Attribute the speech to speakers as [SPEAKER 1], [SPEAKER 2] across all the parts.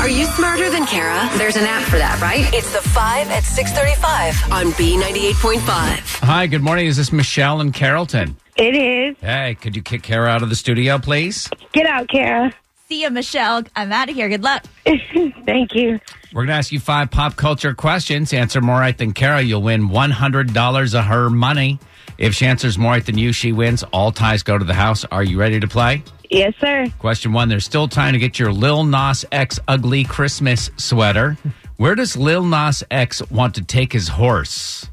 [SPEAKER 1] Are you smarter than Kara? There's an app for that, right? It's the 5 at 635 on B98.5.
[SPEAKER 2] Hi, good morning. Is this Michelle in Carrollton?
[SPEAKER 3] It is.
[SPEAKER 2] Hey, could you kick Kara out of the studio, please?
[SPEAKER 3] Get out, Kara.
[SPEAKER 4] See ya, Michelle. I'm out of here. Good luck.
[SPEAKER 3] Thank you.
[SPEAKER 2] We're going to ask you five pop culture questions. Answer more right than Kara, you'll win $100 of her money. If she answers more right than you, she wins. All ties go to the house. Are you ready to play?
[SPEAKER 3] Yes, sir.
[SPEAKER 2] Question one There's still time to get your Lil Nas X ugly Christmas sweater. Where does Lil Nas X want to take his horse?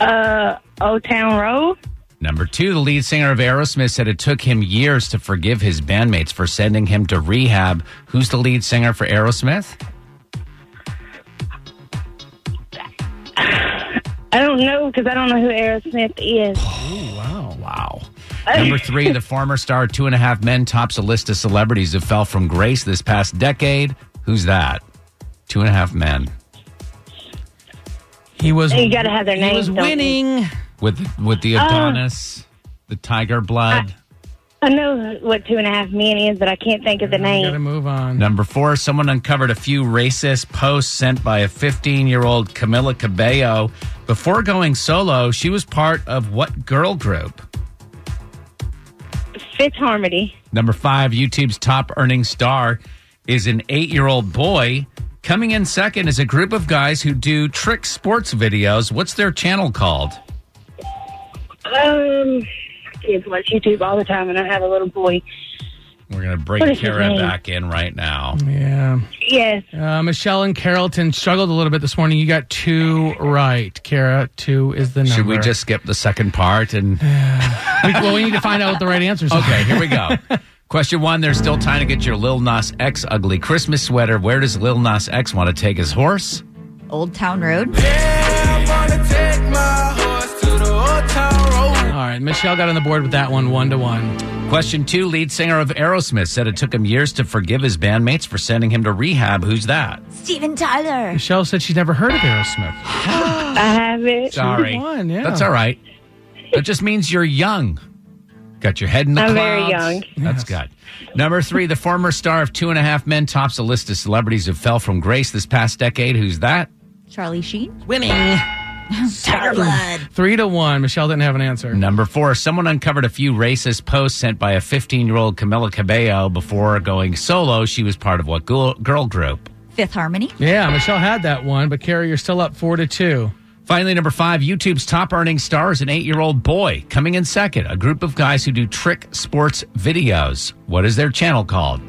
[SPEAKER 3] Old Town Road.
[SPEAKER 2] Number two, the lead singer of Aerosmith said it took him years to forgive his bandmates for sending him to rehab. Who's the lead singer for Aerosmith?
[SPEAKER 3] I don't know because I don't know who Aerosmith is.
[SPEAKER 2] Oh, wow. Number three, the former star of Two and a Half Men tops a list of celebrities who fell from grace this past decade. Who's that? Two and a Half Men.
[SPEAKER 5] He was.
[SPEAKER 3] You gotta have their
[SPEAKER 5] He
[SPEAKER 3] names, don't
[SPEAKER 5] was
[SPEAKER 3] you?
[SPEAKER 5] winning.
[SPEAKER 2] With, with the Adonis, the Tiger Blood.
[SPEAKER 3] I know what Two and a Half Men is, but I can't think of the
[SPEAKER 5] You gotta
[SPEAKER 3] name.
[SPEAKER 5] move on.
[SPEAKER 2] Number four, someone uncovered a few racist posts sent by a 15 year old Camila Cabello. Before going solo, she was part of what girl group?
[SPEAKER 3] Fifth Harmony.
[SPEAKER 2] Number five, YouTube's top earning star is an eight year old boy. Coming in second is a group of guys who do trick sports videos. What's their channel called?
[SPEAKER 3] Um, kids watch YouTube all the time, and I have a little boy.
[SPEAKER 2] We're going to
[SPEAKER 3] What
[SPEAKER 2] bring
[SPEAKER 3] is his
[SPEAKER 2] Kara
[SPEAKER 3] name?
[SPEAKER 2] back in right now.
[SPEAKER 5] Yeah.
[SPEAKER 3] Yes.
[SPEAKER 5] Uh, Michelle and Carrollton struggled a little bit this morning. You got two right. Kara, two is the number.
[SPEAKER 2] Should we just skip the second part and.
[SPEAKER 5] We- well, we need to find out what the right answers are.
[SPEAKER 2] Okay, here we go. Question one: There's still time to get your Lil Nas X ugly Christmas sweater. Where does Lil Nas X want to take his horse?
[SPEAKER 4] Old Town Road.
[SPEAKER 5] All right. Michelle got on the board with that one, one to one.
[SPEAKER 2] Question two: Lead singer of Aerosmith said it took him years to forgive his bandmates for sending him to rehab. Who's that?
[SPEAKER 4] Steven Tyler.
[SPEAKER 5] Michelle said she's never heard of Aerosmith.
[SPEAKER 3] I have it.
[SPEAKER 2] Sorry,
[SPEAKER 5] won, yeah.
[SPEAKER 2] that's all right. That just means you're young. Got your head in the
[SPEAKER 3] I'm very
[SPEAKER 2] clouds.
[SPEAKER 3] young.
[SPEAKER 2] That's good. Number three: The former star of Two and a Half Men tops a list of celebrities who fell from grace this past decade. Who's that?
[SPEAKER 4] Charlie Sheen.
[SPEAKER 5] Winning.
[SPEAKER 4] Tiger Blood.
[SPEAKER 5] Three to one. Michelle didn't have an answer.
[SPEAKER 2] Number four, someone uncovered a few racist posts sent by a 15 year old Camila Cabello before going solo. She was part of what girl, girl group?
[SPEAKER 4] Fifth Harmony.
[SPEAKER 5] Yeah, Michelle had that one, but Kara, you're still up four to two.
[SPEAKER 2] Finally, number five, YouTube's top earning star is an eight year old boy. Coming in second, a group of guys who do trick sports videos. What is their channel called?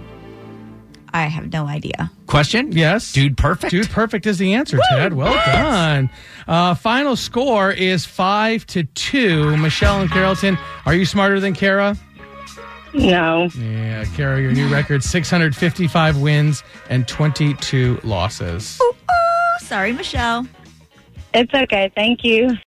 [SPEAKER 4] I have no idea.
[SPEAKER 2] Question?
[SPEAKER 5] Yes.
[SPEAKER 2] Dude Perfect?
[SPEAKER 5] Dude, perfect is the answer, Ted. Well done. Uh, final score is five to two. Michelle and Carrollton, are you smarter than Kara?
[SPEAKER 3] No.
[SPEAKER 5] Yeah, Kara, your new record 655 wins and 22 losses.
[SPEAKER 4] Sorry, Michelle.
[SPEAKER 3] It's okay. Thank you.